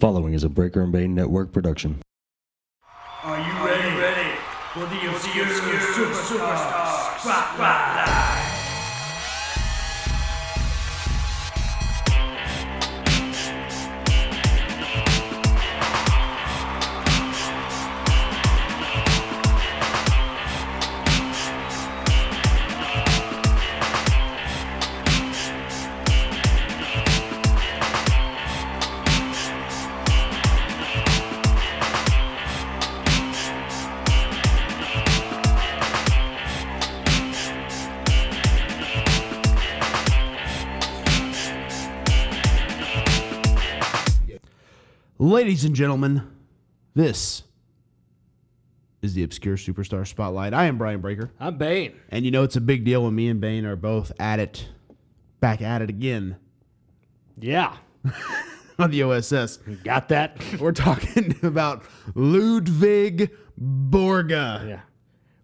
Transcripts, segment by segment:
Following is a Breaker and Bane Network production. Are you ready? ready for the obscure, obscure superstar, superstar spotlight? Ladies and gentlemen, this is the Obscure Superstar Spotlight. I am Brian Breaker. I'm Bane. And you know it's a big deal when me and Bane are both at it, back at it again Yeah. on the OSS. Got that? We're talking about Ludwig Borga. yeah.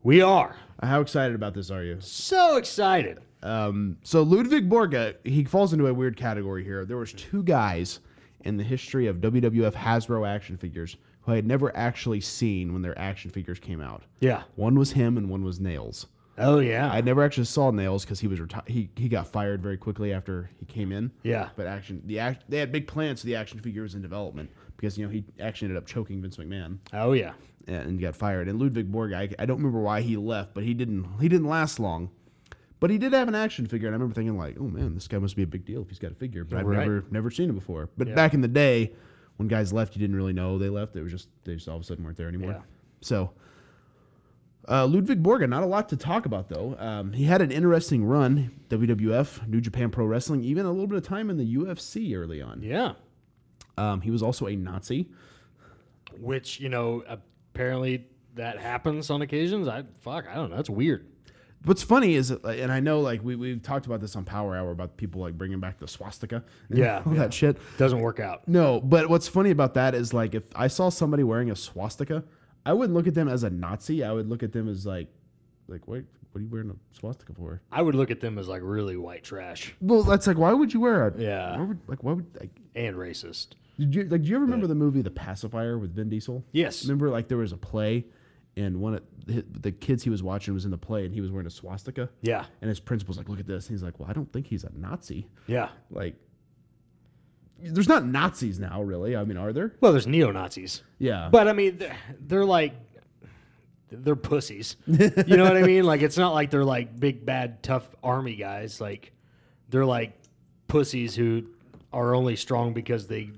We are How excited about this are you? so excited. Um, so Ludwig Borga, he falls into a weird category here. There was two guys in the history of WWF Hasbro action figures who I had never actually seen when their action figures came out. Yeah. One was him and one was Nails. Oh, yeah. I never actually saw Nails because he was reti- he he got fired very quickly after he came in. Yeah. But action the act they had big plans for the action figure was in development because you know he actually ended up choking Vince McMahon oh, yeah. and, and got fired. And Ludwig Borg, I, I don't remember why he left, but he didn't he didn't last long. But he did have an action figure, and I remember thinking like, oh man, this guy must be a big deal if he's got a figure. But I've Right. never never seen him before. But back in the day, when guys left, you didn't really know they left. It was just they just all of a sudden weren't there anymore. Yeah. So. Uh, Ludwig Borga, not a lot to talk about though. Um, he had an interesting run, WWF, New Japan Pro Wrestling, even a little bit of time in the UFC early on. Yeah. Um, he was also a Nazi. Which, you know, apparently that happens on occasions. I, fuck, I don't know. That's weird. What's funny is, that, like, and I know, like we we've talked about this on Power Hour about people like bringing back the swastika, and Yeah, all yeah. that shit. Doesn't work out. No, but what's funny about that is like if I saw somebody wearing a swastika, I wouldn't look at them as a Nazi. I would look at them as like, like wait, what are you wearing a swastika for? I would look at them as like really white trash Well, that's like why would you wear a Yeah. Why would, like why would like and racist. did you like do you ever remember the movie The Pacifier with Vin Diesel? Yes. Remember like there was a play, and one of the- the kids he was watching was in the play and he was wearing a swastika. Yeah. And his principal's like, look at this. And he's like, well, I don't think he's a Nazi. Yeah. like there's not Nazis now, really. I mean, are there? Well, there's neo Nazis. Yeah. But I mean, they're, they're like they're pussies. You know what I mean? Like it's not like they're like big bad tough army guys. Like they're like pussies who are only strong because they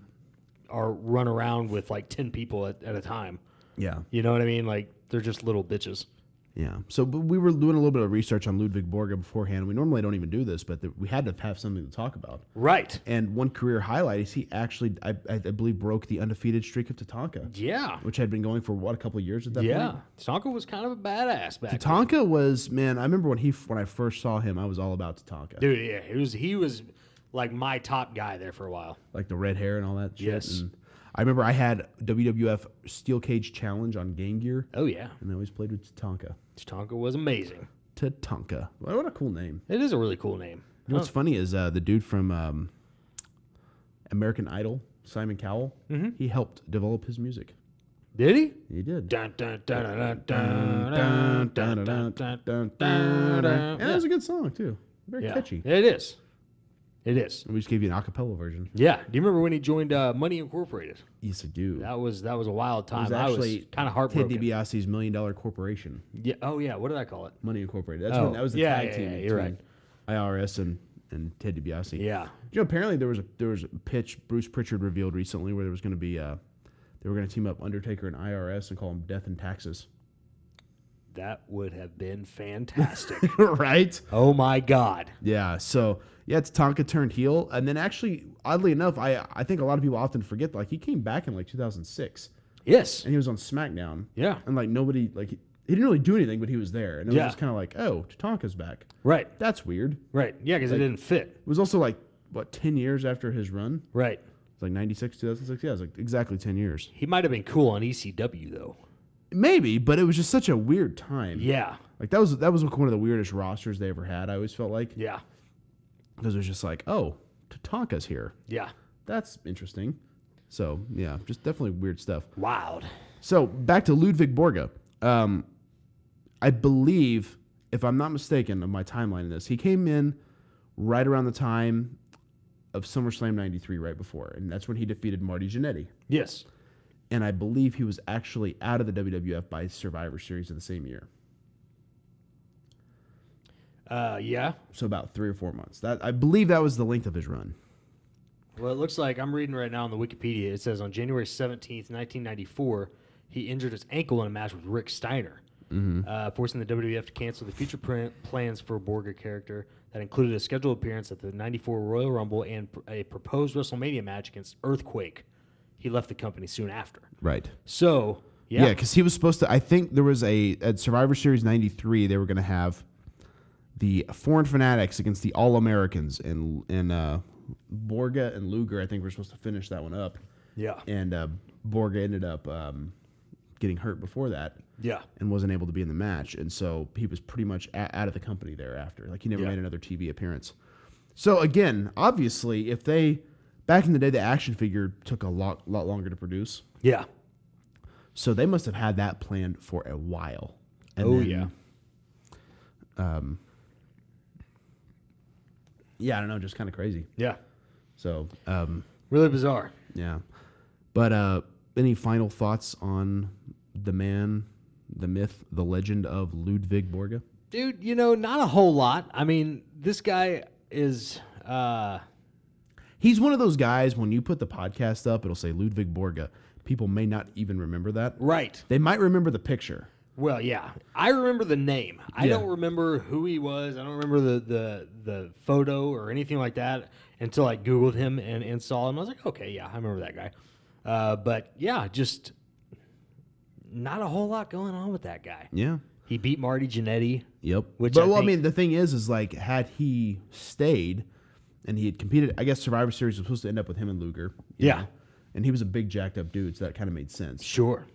are run around with like ten people at, at a time. yeah, You know what I mean? Like they're just little bitches. yeah. So but we were doing a little bit of research on Ludwig Borga beforehand. We normally don't even do this, but th- we had to have something to talk about. Right. And one career highlight is he actually, I, I I believe, broke the undefeated streak of Tatanka, Yeah. which had been going for what a couple of years at that Yeah. point. Tonka was kind of a badass back then. Tatanka was man. I remember when he f- when I first saw him, I was all about Tatanka, Dude, yeah. He was he was like my top guy there for a while. like the red hair and all that. Shit. Yes. And I remember I had WWF Steel Cage Challenge on Game Gear, Oh yeah. and I always played with Tatanka. Tonka was amazing. Tatanka. What what a cool name. It is a really cool name. You know what's funny is uh, the dude from um, American Idol, Simon Cowell, Mm-hmm. he helped develop his music. Did he? He did. Dun, dun, dun, dun, dun, Dun, dun, dun, dun, dun, dun, dun, dun, dun, dun, dun. And Yeah. that was a good song, too. Very Yeah. catchy. It is. It is. And we just gave you an acapella version. Yeah. Do you remember when he joined uh, Money Incorporated? Yes, I do. That was that was a wild it time. was I was actually kind of Ted heartbroken. DiBiase's Million Dollar Corporation, Yeah. Oh yeah. What did I call it? Money Incorporated. That's Oh, when that was the yeah, tag yeah, team yeah, between you're right. IRS and, and Ted DiBiase. Yeah. You know, apparently there was a there was a pitch Bruce Pritchard revealed recently where there was going to be uh, they were going to team up Undertaker and IRS and call them Death and Taxes. That would have been fantastic. right? oh my God. Yeah. So yeah, it's Tonka turned heel, and then actually, oddly enough, I I think a lot of people often forget like he came back in like 2006 Yes. and he was on SmackDown. Yeah. And like nobody like he, he didn't really do anything, but he was there, and it was Yeah. just kind of like, oh, Tonka's back. Right. That's weird. It Right. Yeah, because it didn't fit. was also like what 10 years after his run. Right. It's like 96, 2006. Yeah, it was like exactly 10 years. He might have been cool on ECW though. Maybe, but it was just such a weird time. Yeah. Like that was that was like one of the weirdest rosters they ever had. I always felt like Yeah. because it was just like, oh, Tatanka's here. Yeah. That's interesting. So yeah, just definitely weird stuff. Wild. So back to Ludwig Borga. Um, I believe, if I'm not mistaken, of my timeline in this, he came in right around the time of SummerSlam '93, right before, and that's when he defeated Marty Jannetty. Yes. And I believe he was actually out of the WWF by Survivor Series of the same year, Uh, yeah. so about three or four months. That I believe that was the length of his run. Well, it looks like I'm reading right now on the Wikipedia. It says on January 17th, 1994, he injured his ankle in a match with Rick Steiner, uh, forcing the WWF to cancel the future pr- plans for Borga character that included a scheduled appearance at the 94 Royal Rumble and pr- a proposed WrestleMania match against Earthquake. He left the company soon after. Right. So, Yeah, yeah. because he was supposed to. I think there was a at Survivor Series '93. They were going to have the foreign fanatics against the All Americans, and and uh, Borga and Luger. I think were supposed to finish that one up, Yeah. and uh, Borga ended up um, getting hurt before that. Yeah. and wasn't able to be in the match, and so he was pretty much a- out of the company thereafter. Like he never Yeah. made another TV appearance. So again, obviously, if they back in the day, the action figure took a lot lot longer to produce. Yeah. So they must have had that planned for a while. And Oh, then, yeah. Um, yeah, I don't know, just kind of crazy. Yeah. So um, Really bizarre. yeah, but uh, any final thoughts on the man, the myth, the legend of Ludwig Borga? Dude, you know, not a whole lot. I mean, this guy is. Uh, He's one of those guys when you put the podcast up, it'll say Ludwig Borga. People may not even remember that. right. They might remember the picture. Well, yeah, I remember the name. I Yeah. don't remember who he was. I don't remember the, the the photo or anything like that until I googled him and, and saw him. I was like, okay, yeah, I remember that guy. Uh, but yeah, just not a whole lot going on with that guy. Yeah. He beat Marty Jannetty. Yep. Which but I well, think- I mean, the thing is, is like had he stayed and he had competed, I guess Survivor Series was supposed to end up with him and Luger. you Yeah. know? And he was a big jacked up dude, so that kind of made sense. Sure.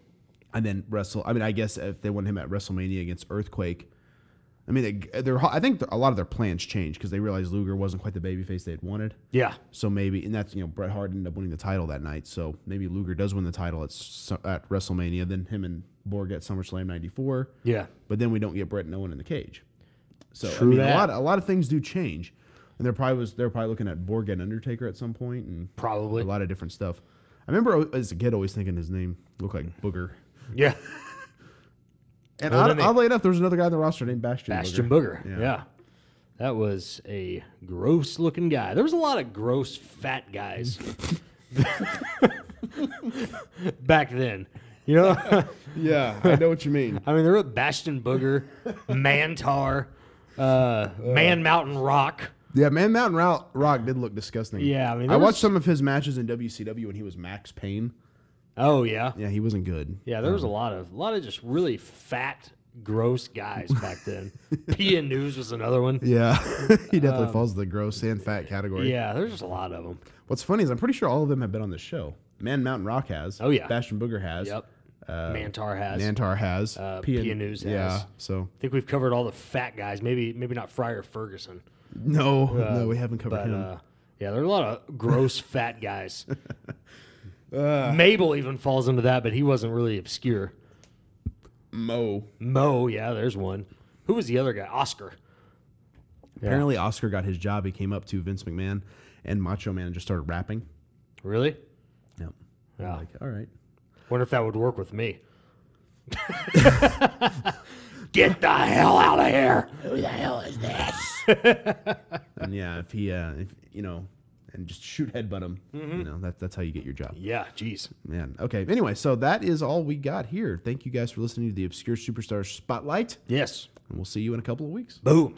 And then wrestle. I mean, I guess if they want him at WrestleMania against Earthquake, I mean, they, they're. I think a lot of their plans changed because they realized Luger wasn't quite the babyface they had wanted. Yeah. So maybe, and that's you know Bret Hart ended up winning the title that night. So maybe Luger does win the title at Su- at WrestleMania. Then him and Borg at SummerSlam '94. Yeah. But then we don't get Bret and Owen in the cage. So True I mean, that. a lot a lot of things do change, and they're probably was they're probably looking at Borg and Undertaker at some point, and Probably. a lot of different stuff. I remember al- as a kid always thinking his name looked like Booger. Yeah. And Well, odd, then they- oddly enough, there was another guy on the roster named Bastion. Bastion Booger. Booger. Yeah. Yeah. That was a gross looking guy. There was a lot of gross fat guys back then. You know? Yeah, I know what you mean. I mean, there were Bastion Booger, Mantar, uh, Man Mountain Rock. Yeah, man, Mountain Ro- Rock did look disgusting. Yeah, I mean, I there was- watched some of his matches in WCW when he was Max Payne. Oh, yeah. Yeah, he wasn't good. Yeah, there was a lot of a lot of just really fat, gross guys back then. P and News was another one. Yeah, he definitely falls the gross and fat category. Um, Yeah, there's just a lot of them. What's funny is I'm pretty sure all of them have been on this show. Man Mountain Rock has. Oh, yeah. Bastion Booger has. Yep. Mantar has. Nantar has. Uh, P- Pia News Yeah. has. So I think we've covered all the fat guys. Maybe maybe not Fryer Ferguson, no, no, we haven't covered but him. uh, yeah, there are a lot of gross fat guys. Uh. Mabel even falls into that, but he wasn't really obscure. Mo. Mo, yeah, there's one. Who was the other guy? Oscar. Apparently, Oscar got his job. He came up to Vince McMahon, and Macho Man just started rapping. Really? Yep. Yeah. Like, all right. Wonder if that would work with me. Get the hell out of here! Who the hell is this? and yeah, if he, uh, if, you know, and just shoot headbutt him. You know, that, that's how you get your job. Yeah, jeez. Man. Okay. Anyway, so that is all we got here. Thank you guys for listening to the Obscure Superstar Spotlight, Yes. and we'll see you in a couple of weeks. Boom.